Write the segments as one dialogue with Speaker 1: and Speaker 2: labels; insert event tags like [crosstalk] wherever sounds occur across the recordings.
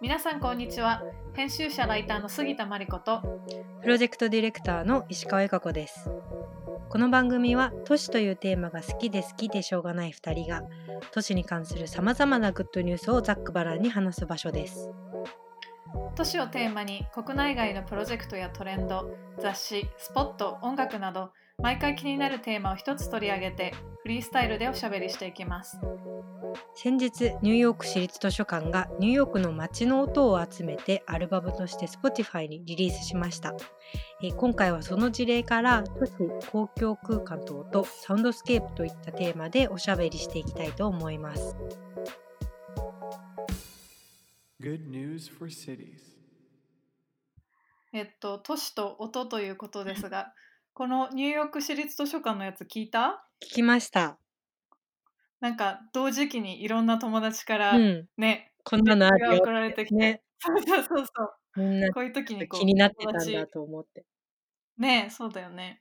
Speaker 1: 皆さんこんにちは編集者ライターの杉田真理子と
Speaker 2: プロジェクトディレクターの石川由香子です。この番組は都市というテーマが好きで好きでしょうがない2人が都市に関するさまざまなグッドニュースをざっくばらんに話す場所です。
Speaker 1: 都市をテーマに国内外のプロジェクトやトレンド雑誌スポット音楽など毎回気になるテーマを一つ取り上げてフリースタイルでおしゃべりしていきます
Speaker 2: 先日ニューヨーク市立図書館がニューヨークの街の音を集めてアルバムとして Spotify にリリースしました。えー今回はその事例から都市公共空間等とサウンドスケープといったテーマでおしゃべりしていきたいと思います。
Speaker 3: Good news for cities.
Speaker 1: えっと都市と音ということですがこのニューヨーク市立図書館のやつ聞いた
Speaker 2: 聞きました。
Speaker 1: なんか同時期にいろんな友達か
Speaker 2: う
Speaker 1: ら
Speaker 2: ん、
Speaker 1: ね、
Speaker 2: こんなのある
Speaker 1: が
Speaker 2: よ
Speaker 1: 送。られてきて、
Speaker 2: ね、
Speaker 1: そうそうそうそう
Speaker 2: みんな
Speaker 1: こういう時にこう
Speaker 2: 気になってた
Speaker 1: 友
Speaker 2: ん
Speaker 1: 達
Speaker 2: だと思って。
Speaker 1: ねえそうだよね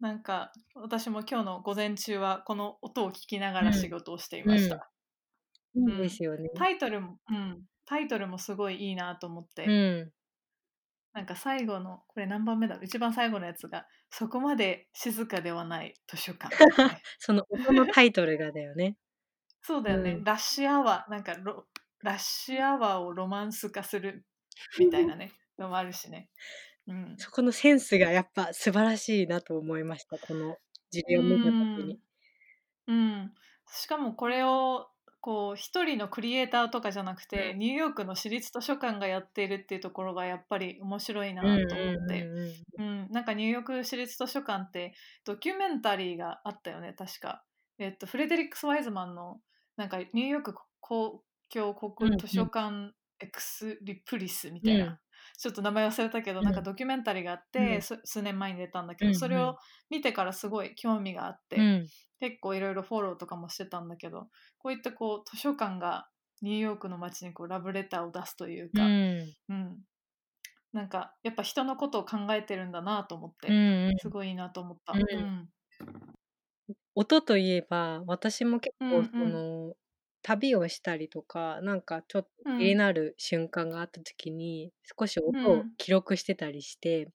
Speaker 1: なんか私も今日の午前中はこの音を聞きながら仕事をしていました、
Speaker 2: うんいいですよね。
Speaker 1: タイトルも、うん、タイトルもすごいいいなと思って、
Speaker 2: うん。
Speaker 1: なんか最後のこれ何番目だろう一番最後のやつが「そこまで静かではない図書
Speaker 2: [laughs]
Speaker 1: 館」
Speaker 2: その音のタイトルがだよ
Speaker 1: [laughs]
Speaker 2: ね。
Speaker 1: そうだよね、
Speaker 2: うん
Speaker 1: ラッシュアワーなんかロラッシュアワーをロマンス化するみたいな
Speaker 2: [laughs]
Speaker 1: ねのもあるしね、うん、
Speaker 2: そこのセンスがやっぱ素晴らしいなと思いました。この事例を見た時に。
Speaker 1: うん、しかもこれをこう一人のクリエイターとかじゃなくて、
Speaker 2: う
Speaker 1: ニューヨークの私立図書館がやっているっていうところがやっぱり面白いな
Speaker 2: うん
Speaker 1: と思
Speaker 2: う
Speaker 1: っ
Speaker 2: ん
Speaker 1: て、
Speaker 2: うんうん
Speaker 1: うん、なんかニューヨーク市立図書館ってドキュメンタリーがあったよね確か、えっと、フレデリックス・ワイズマンのなんかニューヨーク公共
Speaker 2: うんう
Speaker 1: 国
Speaker 2: ん
Speaker 1: 図書館エクスリプリスみたいな、
Speaker 2: うん
Speaker 1: ちょっと名前忘れたけど、
Speaker 2: うん
Speaker 1: なんかドキュメンタリーがあって、
Speaker 2: うん
Speaker 1: す数年前に出たんだけど、
Speaker 2: うんうん
Speaker 1: それを見てからすごい興味があって、
Speaker 2: うん
Speaker 1: 結構いろいろフォローとかもしてたんだけどこういったこう図書館がニューヨークの街にこうラブレターを出すという
Speaker 2: う
Speaker 1: か、
Speaker 2: ん
Speaker 1: うん、なんかやっぱ人のことを考えてるんだなと思って、
Speaker 2: うんうん
Speaker 1: すごいいいなと思った。
Speaker 2: う
Speaker 1: う
Speaker 2: ん
Speaker 1: ん
Speaker 2: 音といえば私も結
Speaker 1: うんう
Speaker 2: 構
Speaker 1: ん
Speaker 2: その、旅をしたりとかなんかちょっと
Speaker 1: うん
Speaker 2: 気になる瞬間があった時に、少し音
Speaker 1: う
Speaker 2: を
Speaker 1: ん
Speaker 2: 記録してたりして、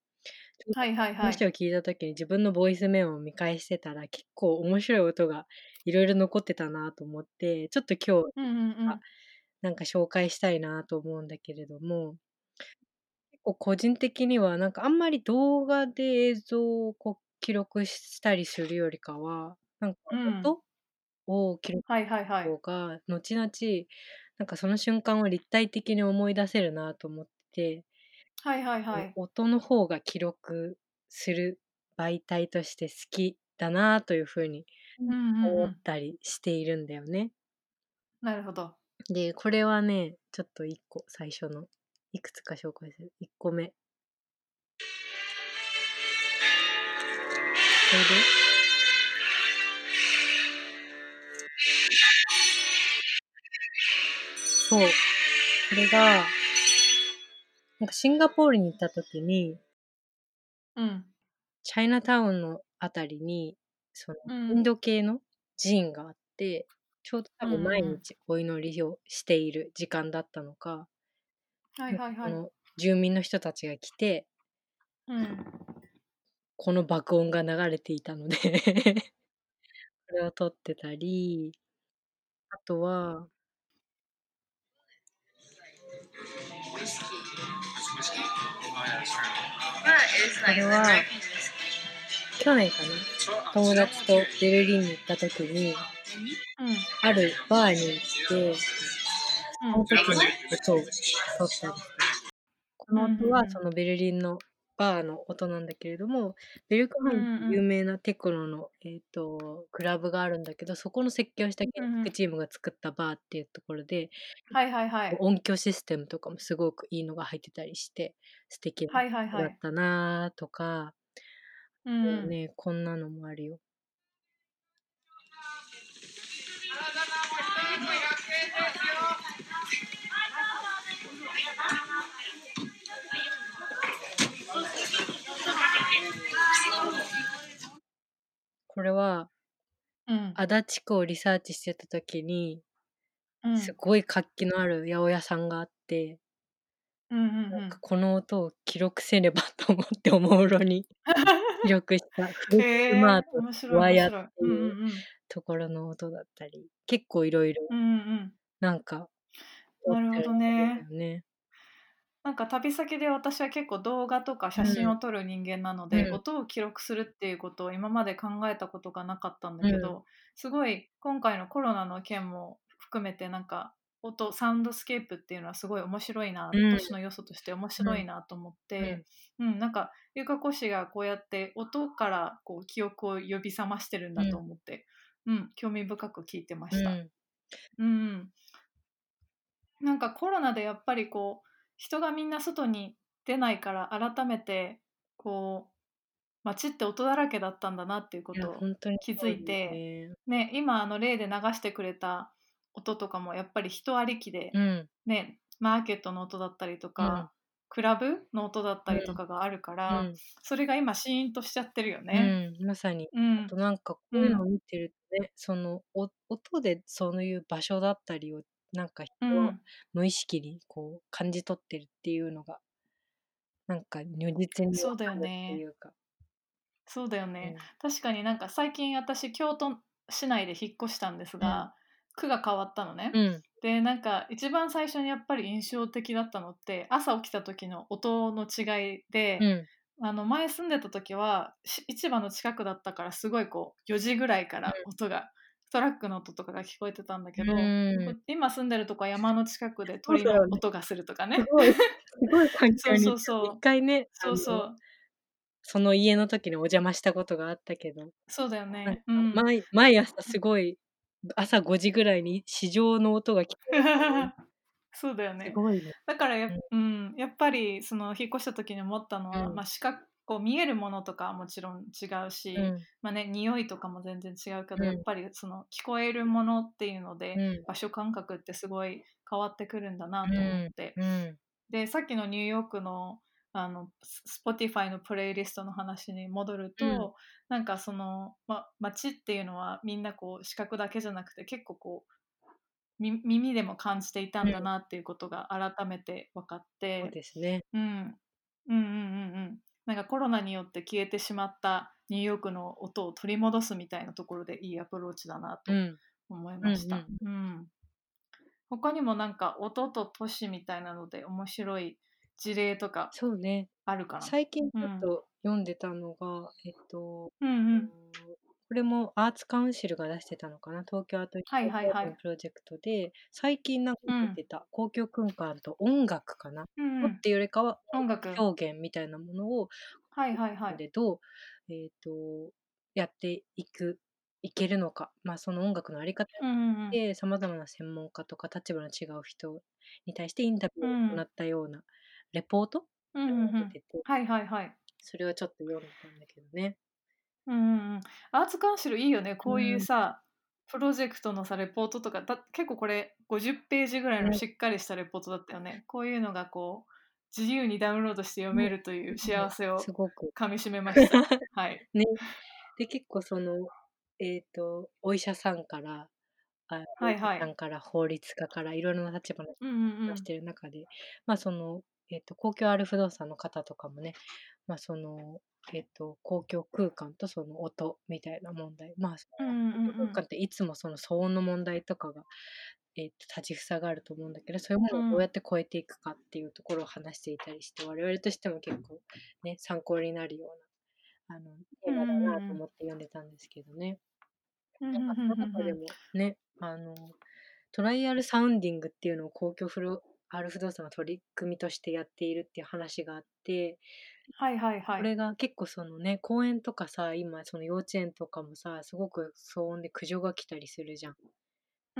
Speaker 1: はいはいはい。
Speaker 2: 話を聞いた時に自分のボイスメモを見返してたら結構面白い音がいろいろ残ってたなと思ってちょっと今日
Speaker 1: うんうんうん
Speaker 2: あなんか紹介したいなと思うんだけれども結構個人的にはなんかあんまり動画で映像をこう記録したりするよりかはなんか
Speaker 1: うん
Speaker 2: 音を記録
Speaker 1: はいはいはい。
Speaker 2: 方が後々なんかその瞬間を立体的に思い出せるなと思って
Speaker 1: はいはいはい。
Speaker 2: 音の方が記録する媒体として好きだなというふうに
Speaker 1: うんうんう
Speaker 2: 思っ
Speaker 1: ん、
Speaker 2: たりしているんだよね。
Speaker 1: なるほど。
Speaker 2: でこれはねちょっと1個最初のいくつか紹介する1個目。これでそう。これが、なんかシンガポールに行った時に、
Speaker 1: うん。
Speaker 2: チャイナタウンのあたりに、その
Speaker 1: うん
Speaker 2: インド系の寺院があって、ちょうど多
Speaker 1: うんう
Speaker 2: 分
Speaker 1: ん
Speaker 2: 毎日お祈りをしている時間だったのか、
Speaker 1: はいはいはい。
Speaker 2: こ
Speaker 1: うん。
Speaker 2: の住民の人たちが来て、この爆音が流れていたので、 [laughs] これを撮ってたり、あとは、
Speaker 4: これは
Speaker 2: 去年かな、友達とベルリンに行った時に、
Speaker 1: うん。
Speaker 2: あるバーに行って、
Speaker 1: う
Speaker 2: そ
Speaker 1: ん
Speaker 2: の時の音を撮ったりしてこの音
Speaker 1: うんうんう
Speaker 2: は
Speaker 1: ん
Speaker 2: そのベルリンのバーの音なんだけれども、ベルクハ
Speaker 1: うん
Speaker 2: ン
Speaker 1: うん
Speaker 2: と
Speaker 1: うん
Speaker 2: いう有名なテクノの、えー、とクラブがあるんだけど、そこの設計をした建
Speaker 1: うんうん
Speaker 2: 築チームが作ったバーっていうところで、
Speaker 1: はいはいはい。
Speaker 2: 音響システムとかもすごくいいのが入ってたりして、素敵
Speaker 1: は
Speaker 2: ない
Speaker 1: はい
Speaker 2: 音
Speaker 1: は
Speaker 2: だっ
Speaker 1: い。
Speaker 2: たなとか、
Speaker 1: うん。
Speaker 2: ね、こんなのもあるよ。これは
Speaker 1: うん
Speaker 2: 足立区をリサーチしてた時に、
Speaker 1: うん
Speaker 2: すごい活気のある八百屋さんがあって、
Speaker 1: うんうんう
Speaker 2: なん
Speaker 1: ん
Speaker 2: かこの音を記録せねばと思っておもむろ
Speaker 1: [laughs]
Speaker 2: に記録したフル
Speaker 1: へ
Speaker 2: ーマー
Speaker 1: ー
Speaker 2: ト
Speaker 1: 面白
Speaker 2: ワ
Speaker 1: い
Speaker 2: イヤ
Speaker 1: 面
Speaker 2: ー
Speaker 1: 白い
Speaker 2: て
Speaker 1: うん
Speaker 2: いう
Speaker 1: うん
Speaker 2: ところの音だったり結構いろいろ
Speaker 1: うんうんうん
Speaker 2: なんか
Speaker 1: なるほどね
Speaker 2: 撮ってるんだよね
Speaker 1: なんか旅先で私は結構動画とか写真を撮る人間なので、
Speaker 2: うん
Speaker 1: 音を記録するっていうことを今まで考えたことがなかったんだけど、すごい今回のコロナの件も含めてなんか音サウンドスケープっていうのはすごい面白いな、
Speaker 2: うん
Speaker 1: 年の要素として面白いなと思って、うんなんかゆかこ氏がこうやって音からこう記憶を呼び覚ましてるんだと思って、うん興味深く聞いてました。
Speaker 2: うん
Speaker 1: うん、なんかコロナでやっぱりこう人がみんな外に出ないから改めてこう街って音だらけだったんだなっていうこ
Speaker 2: いや
Speaker 1: とを
Speaker 2: 本当に
Speaker 1: 気づいてね今あの例で流してくれた音とかもやっぱり人ありきで
Speaker 2: そうだよ、ね
Speaker 1: ねマーケットの音だったりとか、
Speaker 2: うん
Speaker 1: クラブの音だったりとかがあるか
Speaker 2: う
Speaker 1: ら、
Speaker 2: ん
Speaker 1: それが今シーンとしちゃってるよ
Speaker 2: う
Speaker 1: ね。
Speaker 2: んうんまさに
Speaker 1: うん
Speaker 2: あとなんかこういうのを見てるとね、そのお音でそういう場所だったりをなんか
Speaker 1: う
Speaker 2: 人
Speaker 1: ん
Speaker 2: は無意識にこう感じ取ってるっていうのがなんか如実に
Speaker 1: そうだよ
Speaker 2: わかるって
Speaker 1: ね
Speaker 2: いうか。
Speaker 1: そうだよね、
Speaker 2: うん
Speaker 1: 確かになんか最近私京都市内で引っ越したんですが、区が変わったのね、
Speaker 2: うん
Speaker 1: でなんか一番最初にやっぱり印象的だったのって朝起きた時の音の違いで、
Speaker 2: うん
Speaker 1: あの前住んでた時はし市場の近くだったからすごいこう4時ぐらいから音が、トラックの音とかが聞こえてたんだけど、
Speaker 2: うん
Speaker 1: こ今住んでるとこは山の近くで
Speaker 2: そう
Speaker 1: 鳥
Speaker 2: だよね
Speaker 1: の音がするとかね
Speaker 2: [laughs] す。ごい、すごい環境に。
Speaker 1: そうそうそう
Speaker 2: 一回ね、
Speaker 1: そうそ
Speaker 2: あの
Speaker 1: う
Speaker 2: その家の時にお邪魔したことがあったけど、
Speaker 1: そうだよ
Speaker 2: なん
Speaker 1: ね
Speaker 2: か。
Speaker 1: うん、
Speaker 2: 毎毎朝すごい、朝5時ぐらいに市場の音が聞こえて
Speaker 1: [laughs] そうだよね
Speaker 2: す。ごいね。
Speaker 1: だからや,、うん、やっぱりその引っ越した時に思ったのは、
Speaker 2: うん
Speaker 1: まあ、視覚こう見えるものとかはもちろん違うし、まあね、匂いとかも全然違うけど、
Speaker 2: うん
Speaker 1: やっぱりその聞こえるものっていうので、
Speaker 2: うんうん
Speaker 1: 場所感覚ってすごい変わってくるんだなと思って、
Speaker 2: うん
Speaker 1: でさっきのニューヨークのあのス Spotify のプレイリストの話に戻ると、
Speaker 2: うん
Speaker 1: なんかその、ま、街っていうのはみんなこう視覚だけじゃなくて結構こうみ耳でも感じていたんだなっていうことが改めて分かっ
Speaker 2: そう
Speaker 1: て、
Speaker 2: ですね。
Speaker 1: うん、うんうんうんうんなんかコロナによって消えてしまったニューヨークの音を取り戻すみたいなところでいいアプローチだなと
Speaker 2: うん。
Speaker 1: 思いました。
Speaker 2: うん
Speaker 1: うん他にもなんか音と都市みたいなので面白い事例とか
Speaker 2: そうね。
Speaker 1: あるかな。
Speaker 2: 最近ち
Speaker 1: うん
Speaker 2: ょっと読んでたのが、えっと、
Speaker 1: うんうん
Speaker 2: これもアーツカウンシルが出してたのかな東京アートリ
Speaker 1: はい
Speaker 2: エ
Speaker 1: はいはい
Speaker 2: のプロジェクトで最近なんか出てた、公共空間と音楽かな、
Speaker 1: うんう
Speaker 2: もっ
Speaker 1: ん、
Speaker 2: ていうよりかは
Speaker 1: 音楽
Speaker 2: 表現みたいなものを
Speaker 1: はいはいはい。
Speaker 2: でどう、えっとやっていくいけるのか、まあ、その音楽のあり方
Speaker 1: うんうんうん、
Speaker 2: でさまざまな専門家とか立場の違う人に対してインタビューを行ったようなレポート
Speaker 1: うん
Speaker 2: が
Speaker 1: うんうん
Speaker 2: 出てて
Speaker 1: はいはいはい。
Speaker 2: それはちょっと読んだんだけどね。
Speaker 1: うんうんうん、アーツカウンシルいいよねこういううんさ、プロジェクトのさレポートとかだ結構これ50ページぐらいのしっかりしたレポートだったよね、こういうのがこう自由にダウンロードして読めるという幸せを
Speaker 2: すごく
Speaker 1: かみしめま
Speaker 2: [laughs]
Speaker 1: した。はい、
Speaker 2: ね、で結構その、えー、とお医者さんからあ
Speaker 1: はいはい
Speaker 2: お医者さんから法律家からいろいろな立場の人
Speaker 1: うんうんうん
Speaker 2: がしてる中で、まあその、えー、と公共ある不動産の方とかもね、まあそのえー、と公共空間とその音みたいな問題まあそ
Speaker 1: うん
Speaker 2: の
Speaker 1: うんうん
Speaker 2: 公共空間っていつもその騒音の問題とかが、えー、と立ちふさがると思うんだけどそういうものをどうやって超えていくかっていうところを話していたりして、我々としても結構ね参考になるような。あの映画だなと思って読んでたんですけどね。
Speaker 1: うんうん
Speaker 2: なんかその中
Speaker 1: うん
Speaker 2: で
Speaker 1: うん
Speaker 2: もね、あのトライアルサウンディングっていうのを公共フロある不動産の取り組みとしてやっているっていう話があって、
Speaker 1: はいはいは
Speaker 2: こ
Speaker 1: い。
Speaker 2: れが結構そのね公園とかさ今その幼稚園とかもさすごく騒音で苦情が来たりするじゃん。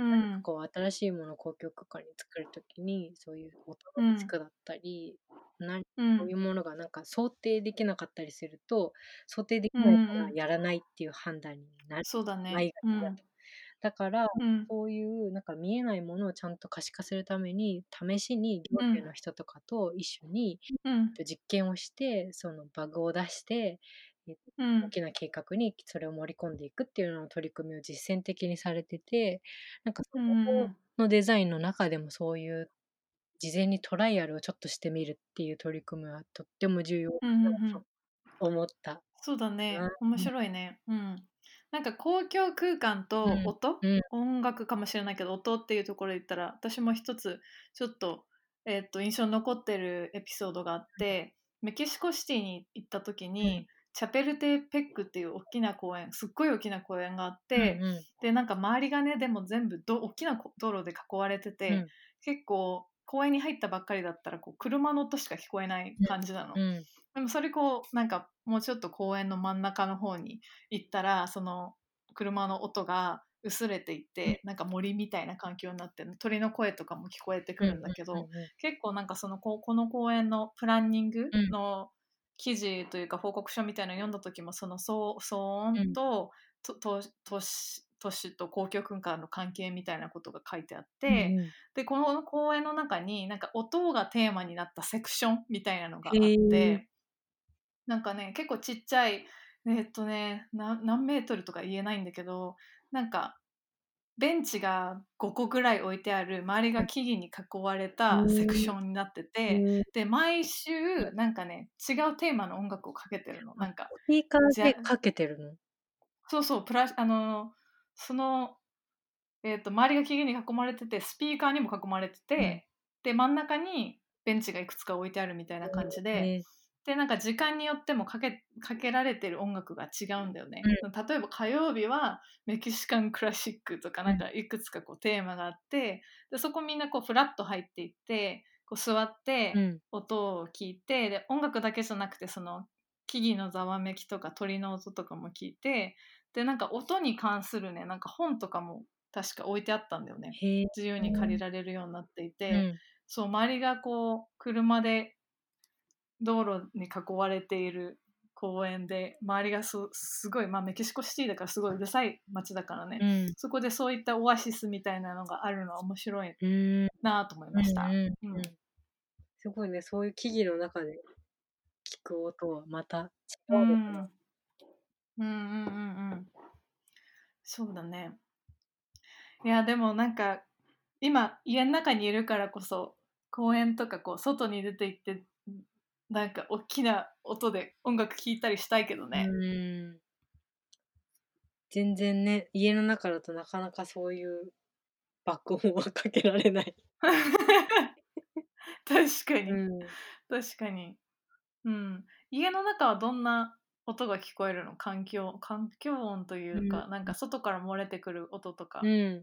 Speaker 1: うん、
Speaker 2: こう新しいものを公共空間に作るときにそういう音
Speaker 1: うん
Speaker 2: のリスクだったり、何
Speaker 1: う、
Speaker 2: こういうんものがなんか想定できなかったりすると想定できないか
Speaker 1: うん
Speaker 2: ら
Speaker 1: うん
Speaker 2: やらないっていう判断になる、
Speaker 1: そうだね。
Speaker 2: なりがちだとだから
Speaker 1: うん、
Speaker 2: そういうなんか見えないものをちゃんと可視化するために試しに行政の人とかと一緒に
Speaker 1: うん、
Speaker 2: 実験をしてそのバグを出してえーと
Speaker 1: うん
Speaker 2: 大きな計画にそれを盛り込んでいくっていうのの取り組みを実践的にされててなんかそこのデザインの中でもそういう事前にトライアルをちょっとしてみるっていう取り組みはとっても重要
Speaker 1: うんうんうん
Speaker 2: だと思った。
Speaker 1: そうだね
Speaker 2: う
Speaker 1: 面白いねうんなんか公共空間と音、
Speaker 2: うん
Speaker 1: 音楽かもしれないけど音っていうところで言ったら私も一つちょっと,、えっと印象に残ってるエピソードがあって、メキシコシティに行った時に、
Speaker 2: う
Speaker 1: チャペルテペックっていう大きな公園すっごい大きな公園があって、
Speaker 2: うんうん
Speaker 1: でなんか周りがねでも全部ど大きなこ道路で囲われてて、
Speaker 2: うん
Speaker 1: 結構公園に入ったばっかりだったらこう車の音しか聞こえない感じなの、
Speaker 2: うん
Speaker 1: でもそれこうなんかもうちょっと公園の真ん中の方に行ったらその車の音が薄れていってなんか森みたいな環境になって鳥の声とかも聞こえてくるんだけど、
Speaker 2: うんうんうん
Speaker 1: 結構なんかそのここの公園のプランニングの記事というか報告書みたいなの読んだ時もその騒騒音と,、とと都市都市と公共空間の関係みたいなことが書いてあって、
Speaker 2: うん
Speaker 1: でこの公園の中になんか音がテーマになったセクションみたいなのがあって、
Speaker 2: へー
Speaker 1: なんかね結構ちっちゃいえっとねな何メートルとか言えないんだけどなんかベンチが5個ぐらい置いてある周りが木々に囲われたセクションになってて、
Speaker 2: うん
Speaker 1: で毎週なんかね違うテーマの音楽をかけてるのなんか
Speaker 2: スピーカ
Speaker 1: じ
Speaker 2: ー
Speaker 1: ゃ
Speaker 2: でかけてるの。
Speaker 1: そうそうプラあのその、えー、と周りが木々に囲まれててスピーカーにも囲まれてて、で真ん中にベンチがいくつか置いてあるみたいな感じで、
Speaker 2: ね
Speaker 1: でなんか時間によってもかけかけられてる音楽が違うんだよね、例えば火曜日はメキシカンクラシックとかなんかいくつかこうテーマがあってでそこみんなこうフラッと入っていってこう座って、
Speaker 2: うん
Speaker 1: 音を聞いてで音楽だけじゃなくてその木々のざわめきとか鳥の音とかも聞いてでなんか音に関するねなんか本とかも確か置いてあったんだよね
Speaker 2: へー
Speaker 1: 自由に借りられるようになっていて、
Speaker 2: うん
Speaker 1: そう周りがこう車で道路に囲われている公園で周りがすすごい、まあ、メキシコシティだからすごいうるさい街だからね、
Speaker 2: うん
Speaker 1: そこでそういったオアシスみたいなのがあるのは面白い
Speaker 2: うん
Speaker 1: なと思いました。
Speaker 2: うんうん
Speaker 1: うん
Speaker 2: うんすごいねそういう木々の中で聞く音はまた違う
Speaker 1: うん
Speaker 2: の
Speaker 1: うん
Speaker 2: かな
Speaker 1: うんうんうんそうだねいやでもなんか今家の中にいるからこそ公園とかこう外に出て行ってなんか大きな音で音楽聴いたりしたいけどね、
Speaker 2: うん全然ね家の中だとなかなかそういう爆音はかけられない、
Speaker 1: [laughs] 確かに、
Speaker 2: うん、
Speaker 1: 確かにうん家の中はどんな音が聞こえるの環境環境音というか、
Speaker 2: う
Speaker 1: なんか外から漏れてくる音とか、
Speaker 2: [laughs] うん、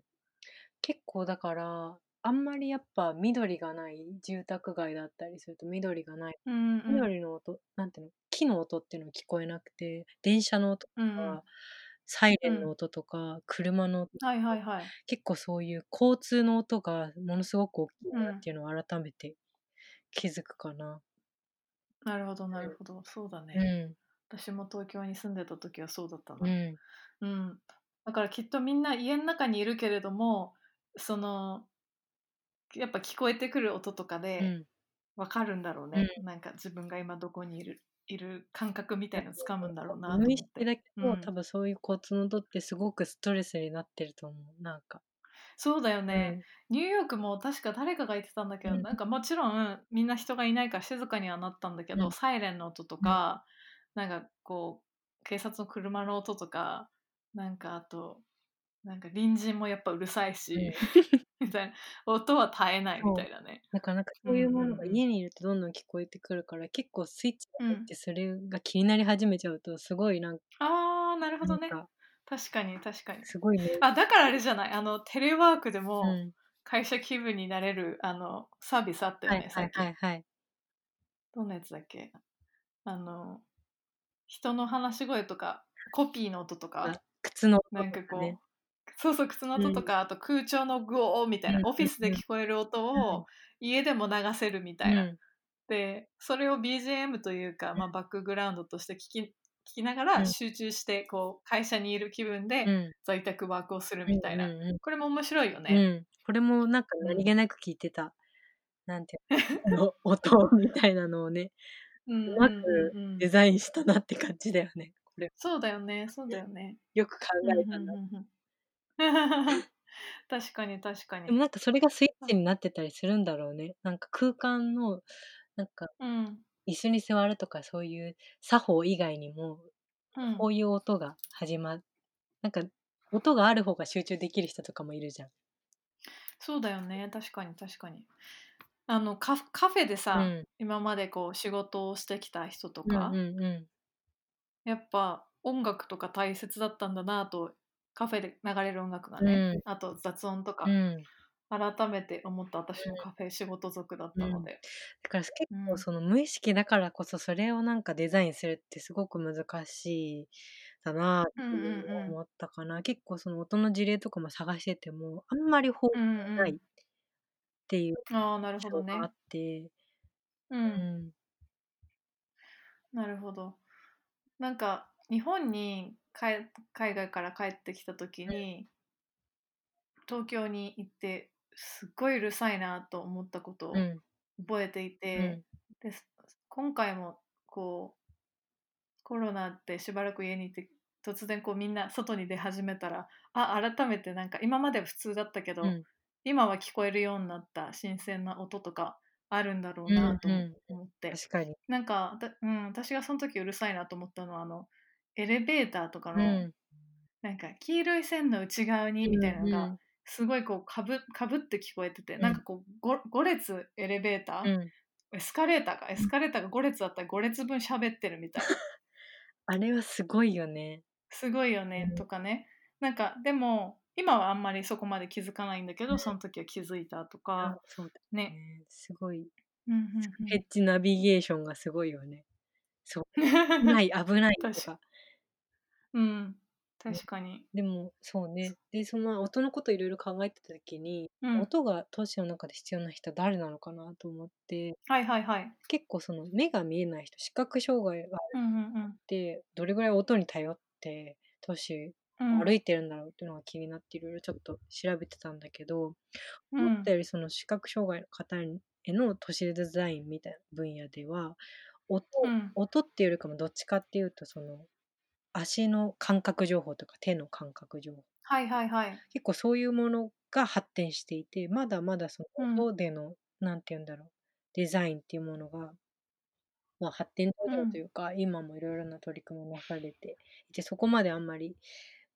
Speaker 2: 結構だからあんまりやっぱ緑がない住宅街だったりすると緑がない
Speaker 1: うんうん
Speaker 2: 緑の音、なんていうの木の音っていうのは聞こえなくて電車の音と
Speaker 1: うんう
Speaker 2: か、
Speaker 1: ん
Speaker 2: サイレンの音とか、車の音
Speaker 1: はいはいはい
Speaker 2: 結構そういう交通の音がものすごく大きいな
Speaker 1: うん
Speaker 2: っていうのを改めて気づくかな。
Speaker 1: なるほどなるほど、そうだ
Speaker 2: う
Speaker 1: ね、
Speaker 2: ん、
Speaker 1: 私も東京に住んでた時はそうだったな、
Speaker 2: う
Speaker 1: うん
Speaker 2: ん、
Speaker 1: だからきっとみんな家の中にいるけれどもそのやっぱ聞こえてくる音とか
Speaker 2: う
Speaker 1: で
Speaker 2: ん、
Speaker 1: わかるんだろうね、なんか自分が今どこにいるいる感覚みたいのつかむんだろうなと思
Speaker 2: 無
Speaker 1: っ
Speaker 2: 意識
Speaker 1: て
Speaker 2: だけど、
Speaker 1: うん
Speaker 2: 多分そういう交通の音ってすごくストレスになってると思う。なんか。
Speaker 1: そうだよね、ニューヨークも確か誰かが言ってたんだけど、
Speaker 2: うん
Speaker 1: なんかもちろんみんな人がいないから静かにはなったんだけど、
Speaker 2: うん
Speaker 1: サイレンの音とか、なんかこう警察の車の音とかなんかあとなんか隣人もやっぱうるさいし、
Speaker 2: うん
Speaker 1: [laughs] みたいな音は絶えないみたいだね。
Speaker 2: だからなんかそういうも
Speaker 1: う
Speaker 2: の
Speaker 1: ん
Speaker 2: が
Speaker 1: うんうん
Speaker 2: 家にいるとどんどん聞こえてくるから、結構スイッチ
Speaker 1: う
Speaker 2: が入っ
Speaker 1: ん
Speaker 2: てそれが気になり始めちゃうとすごいなんか、
Speaker 1: あーなるほど
Speaker 2: な
Speaker 1: ね
Speaker 2: んか
Speaker 1: 確かに確かに。
Speaker 2: すごいね。
Speaker 1: あだからあれじゃないあのテレワークでも
Speaker 2: うん、
Speaker 1: 会社気分になれる、あのサービスあったよ
Speaker 2: は
Speaker 1: ね、
Speaker 2: いは
Speaker 1: 最
Speaker 2: い
Speaker 1: 近
Speaker 2: はいはい。
Speaker 1: どんなやつだっけあの人の話し声とかコピーの音とか
Speaker 2: あ靴の
Speaker 1: な
Speaker 2: 音
Speaker 1: ん
Speaker 2: と
Speaker 1: かこ
Speaker 2: か
Speaker 1: う、
Speaker 2: ね
Speaker 1: そうそう靴の音とか、あと空調のグオーみたいな、
Speaker 2: うん
Speaker 1: オフィスで聞こえる音
Speaker 2: うん
Speaker 1: を家でも流せるみたいな、
Speaker 2: うん
Speaker 1: でそれを BGM というか、まあ、バックグラウンドとして聞き聞きなが
Speaker 2: う
Speaker 1: ら
Speaker 2: ん
Speaker 1: 集中してこう会社にいる気分
Speaker 2: う
Speaker 1: で
Speaker 2: ん、
Speaker 1: 在宅ワークをするみたいな、
Speaker 2: うんうんうん
Speaker 1: これも面白いよ
Speaker 2: う
Speaker 1: ね。
Speaker 2: ん、これもなんか
Speaker 1: うん [laughs]
Speaker 2: 何気なく聞いてた、なんていうのあの音みたいなのをね
Speaker 1: うん
Speaker 2: うまく
Speaker 1: うんうんうん
Speaker 2: デザインしたなって感じだよね。これ
Speaker 1: そうだよねそうだよね。
Speaker 2: よく考
Speaker 1: うんう
Speaker 2: えたん
Speaker 1: ん
Speaker 2: だ。
Speaker 1: うんうん確かに確かに
Speaker 2: で。もなんかそれがスイッチになってたりするんだろうね。なんか空間のなんか
Speaker 1: うん
Speaker 2: 椅子に座るとかそういう作法以外にも
Speaker 1: うん
Speaker 2: こういう音が始まっなんか音がある方が集中できる人とかもいるじゃん。
Speaker 1: そうだよね確かに確かに。あのカフカフェでさ、
Speaker 2: うん
Speaker 1: 今までこう仕事をしてきた人と
Speaker 2: うん
Speaker 1: か、
Speaker 2: うんうん
Speaker 1: やっぱ音楽とか大切だったんだなとカフェで流れる音楽が
Speaker 2: う
Speaker 1: ね、
Speaker 2: ん
Speaker 1: あと雑音とか、
Speaker 2: うん、
Speaker 1: 改めて思った私もカフェ仕事族だったので、
Speaker 2: だから結
Speaker 1: う
Speaker 2: 構
Speaker 1: ん
Speaker 2: その無意識だからこそそれをなんかデザインするってすごく難しいだなって
Speaker 1: うんうんうん
Speaker 2: 思ったかな、結構その音の事例とかも探しててもあんまり方法
Speaker 1: うんうん
Speaker 2: ないっていう
Speaker 1: ああなるほ
Speaker 2: 印象
Speaker 1: どね
Speaker 2: があって、
Speaker 1: う、
Speaker 2: うんん
Speaker 1: なるほどなんか日本に海海外から帰ってきた時に東京に行ってすっごいうるさいなと思ったことを
Speaker 2: うん
Speaker 1: 覚えていて、です今回もこうコロナってしばらく家にいて突然こうみんな外に出始めたらあ改めてなんか今までは普通だったけど、
Speaker 2: うん
Speaker 1: 今は聞こえるようになった新鮮な音とかあるんだろう
Speaker 2: う
Speaker 1: なんと思
Speaker 2: うん
Speaker 1: って、
Speaker 2: 確かに、
Speaker 1: なんかだ、うん、私がその時うるさいなと思ったのはあのエレベーターとか
Speaker 2: う
Speaker 1: の、
Speaker 2: ん、
Speaker 1: なんか黄色い線の内側にみたいなのが、
Speaker 2: うん
Speaker 1: すごいこうかぶかぶって聞こえてて、
Speaker 2: うん
Speaker 1: なんかこう 5, 列エレベーター、
Speaker 2: うん
Speaker 1: エスカレーターかエスカレーターが5列だったら5列分喋ってるみたいな
Speaker 2: あれはすごいよね。
Speaker 1: すごいよね、
Speaker 2: うん
Speaker 1: とかねなんかでも今はあんまりそこまで気づかないんだけ
Speaker 2: う
Speaker 1: ど
Speaker 2: ん
Speaker 1: その時は気づいたと
Speaker 2: あ
Speaker 1: か、
Speaker 2: そうだ
Speaker 1: ね、
Speaker 2: ね。すごい。
Speaker 1: うんうん
Speaker 2: ヘッジナビゲーションがすごいよね。
Speaker 1: う
Speaker 2: 危
Speaker 1: ん、
Speaker 2: ない危ないと
Speaker 1: 確
Speaker 2: か。
Speaker 1: [laughs] うん、確かに、
Speaker 2: でもそうね。でその音のこといろいろ考えてた時に、
Speaker 1: うん、
Speaker 2: 音が都市の中で必要な人は誰なのかなと思って
Speaker 1: はいはいはい、
Speaker 2: 結構その目が見えない人視覚障害があ
Speaker 1: うんうん
Speaker 2: ってどれぐらい音に頼って都市
Speaker 1: うん、
Speaker 2: 歩いてるんだろうっていうのが気になっていろいろちょっと調べてたんだけど、
Speaker 1: うん
Speaker 2: 思ったよりその視覚障害の方への都市デザインみたいな分野では音,、
Speaker 1: うん
Speaker 2: 音っていうよりかもどっちかっていうとその足の感覚情報とか手の感覚情報
Speaker 1: はいはいはい。
Speaker 2: 結構そういうものが発展していてまだまだその
Speaker 1: うん
Speaker 2: 音での、なんて言うんだろうデザインっていうものが、まあ、発展途上というか、今もいろいろな取り組みがなされていてそこまであんまり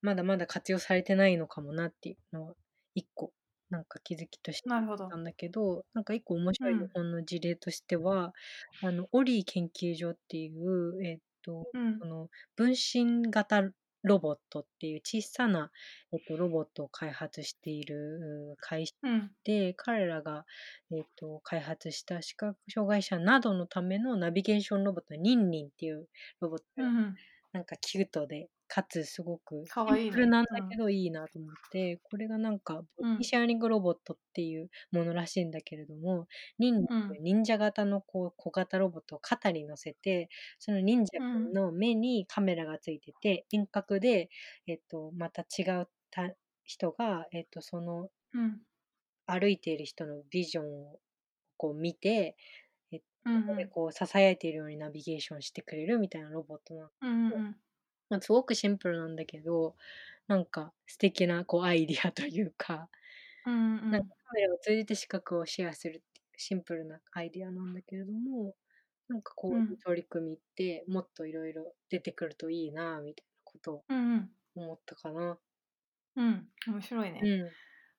Speaker 2: まだまだ活用されてないのかもなっていうのは一個なんか気づきとして
Speaker 1: なるほど
Speaker 2: な。んだけどなんか一個面白い
Speaker 1: うん
Speaker 2: 日本の事例としては、あのオリー研究所っていう、えっと
Speaker 1: うん
Speaker 2: そ。の分身型ロボットっていう小さな、えっと、ロボットを開発しているう会社
Speaker 1: うん。
Speaker 2: で彼らが、えっと、開発した視覚障害者などのためのナビゲーションロボットニンニンっていうロボット
Speaker 1: う
Speaker 2: が
Speaker 1: ん。
Speaker 2: なんかキュートで、かつすごく
Speaker 1: かわいいね
Speaker 2: シンプルなんだけどいいなと思って、これがなんかボディシェアリングロボットっていうものらしいんだけれども、忍
Speaker 1: うん
Speaker 2: 忍者型のこう小型ロボットを肩に乗せて、その忍者
Speaker 1: うん
Speaker 2: の目にカメラがついてて、遠隔で、えっと、また違うた人が、えっと、その
Speaker 1: うん。
Speaker 2: 歩いている人のビジョンをこう見て、
Speaker 1: うん。うん。
Speaker 2: でこう囁いているようにナビゲーションしてくれるみたいなロボットなの
Speaker 1: うん。うん。
Speaker 2: まあすごくシンプルなんだけどなんか素敵なこうアイディアという
Speaker 1: [laughs]
Speaker 2: か
Speaker 1: うん。
Speaker 2: なんかカメラを通じて視覚をシェアするっていうシンプルなアイディアなんだけれどもなんかこういう取り組みってもっといろいろ出てくるといいなみたいなことを
Speaker 1: うん。
Speaker 2: 思ったかな。
Speaker 1: うん。面白いね。
Speaker 2: うん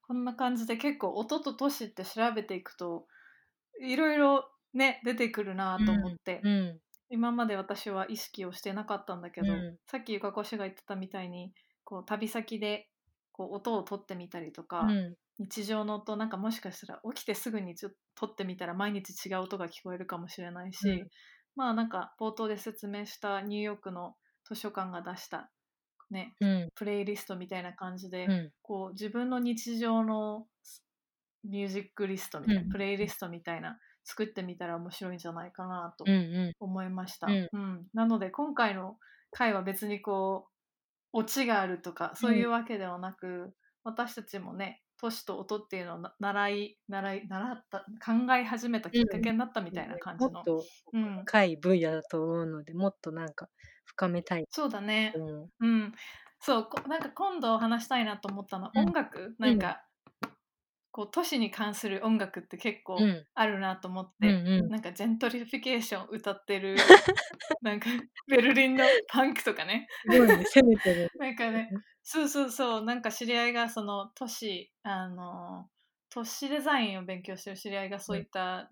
Speaker 1: こんな感じで結構音と都市って調べていくといろいろね出てくるなと思って、
Speaker 2: うん
Speaker 1: 今まで私は意識をしてなかったんだけど、
Speaker 2: うん
Speaker 1: さっきゆかこしが言ってたみたいにこう旅先でこう音を取ってみたりとか、
Speaker 2: うん
Speaker 1: 日常の音なんかもしかしたら起きてすぐにちょっと撮ってみたら毎日違う音が聞こえるかもしれないし、
Speaker 2: うん
Speaker 1: まあなんか冒頭で説明したニューヨークの図書館が出したね
Speaker 2: うん
Speaker 1: プレイリストみたいな感じで、
Speaker 2: うん
Speaker 1: こう自分の日常のミュージックリストみたいな、
Speaker 2: うん
Speaker 1: プレイリストみたいな作ってみたら面白いんじゃないかなと
Speaker 2: うんうん
Speaker 1: 思いました、
Speaker 2: うん
Speaker 1: なので今回の回は別にこうオチがあるとかそういうわけではなく、私たちもね都市と音っていうのをな習い習い習った考え始めたきっかけになったみたいな感じ
Speaker 2: も
Speaker 1: の
Speaker 2: っ、と
Speaker 1: うん、
Speaker 2: 深い分野だと思うのでもっとなんか深めたい。
Speaker 1: そうだね
Speaker 2: うん
Speaker 1: うん、そうこなんか今度話したいなと思ったのは
Speaker 2: うん
Speaker 1: 音楽、なんかこう都市に関する音楽って結構
Speaker 2: うん
Speaker 1: あるなと思って、
Speaker 2: うんうん
Speaker 1: なんかジェントリフィケーション歌って
Speaker 2: [laughs]
Speaker 1: るなんかベルリンのパンクとかね
Speaker 2: すごいね攻め
Speaker 1: [laughs]
Speaker 2: てる。
Speaker 1: なんか
Speaker 2: [laughs]
Speaker 1: ねそうそうそうなんか知り合いがその都市あの都市デザインを勉強してる知り合いがそういった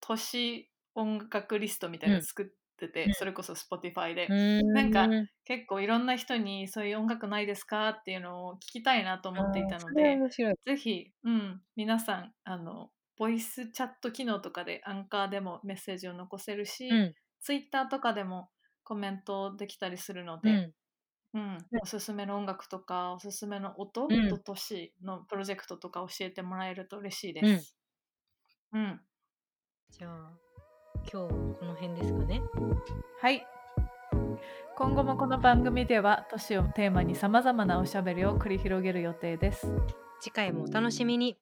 Speaker 1: 都市音楽リストみたいなの作ってて、
Speaker 2: うん
Speaker 1: それこそ Spotify で、
Speaker 2: なん
Speaker 1: か結構いろんな人にそういう音楽ないですかっていうのを聞きたいなと思っていたので
Speaker 2: 面白い。
Speaker 1: ぜひ、うん、皆さんあのボイスチャット機能とかでアンカーでもメッセージを残せるし、
Speaker 2: うん
Speaker 1: ツイッターとかでもコメントできたりするの
Speaker 2: う
Speaker 1: で、
Speaker 2: ん
Speaker 1: うんおすすめの音楽とかおすすめの音
Speaker 2: うん
Speaker 1: と都市のプロジェクトとか教えてもらえると嬉しいです。うん、
Speaker 2: じゃあ今日はこの辺ですかね。
Speaker 1: はい。今後もこの番組では都市をテーマにさまざまなおしゃべりを繰り広げる予定です。
Speaker 2: 次回もお楽しみに。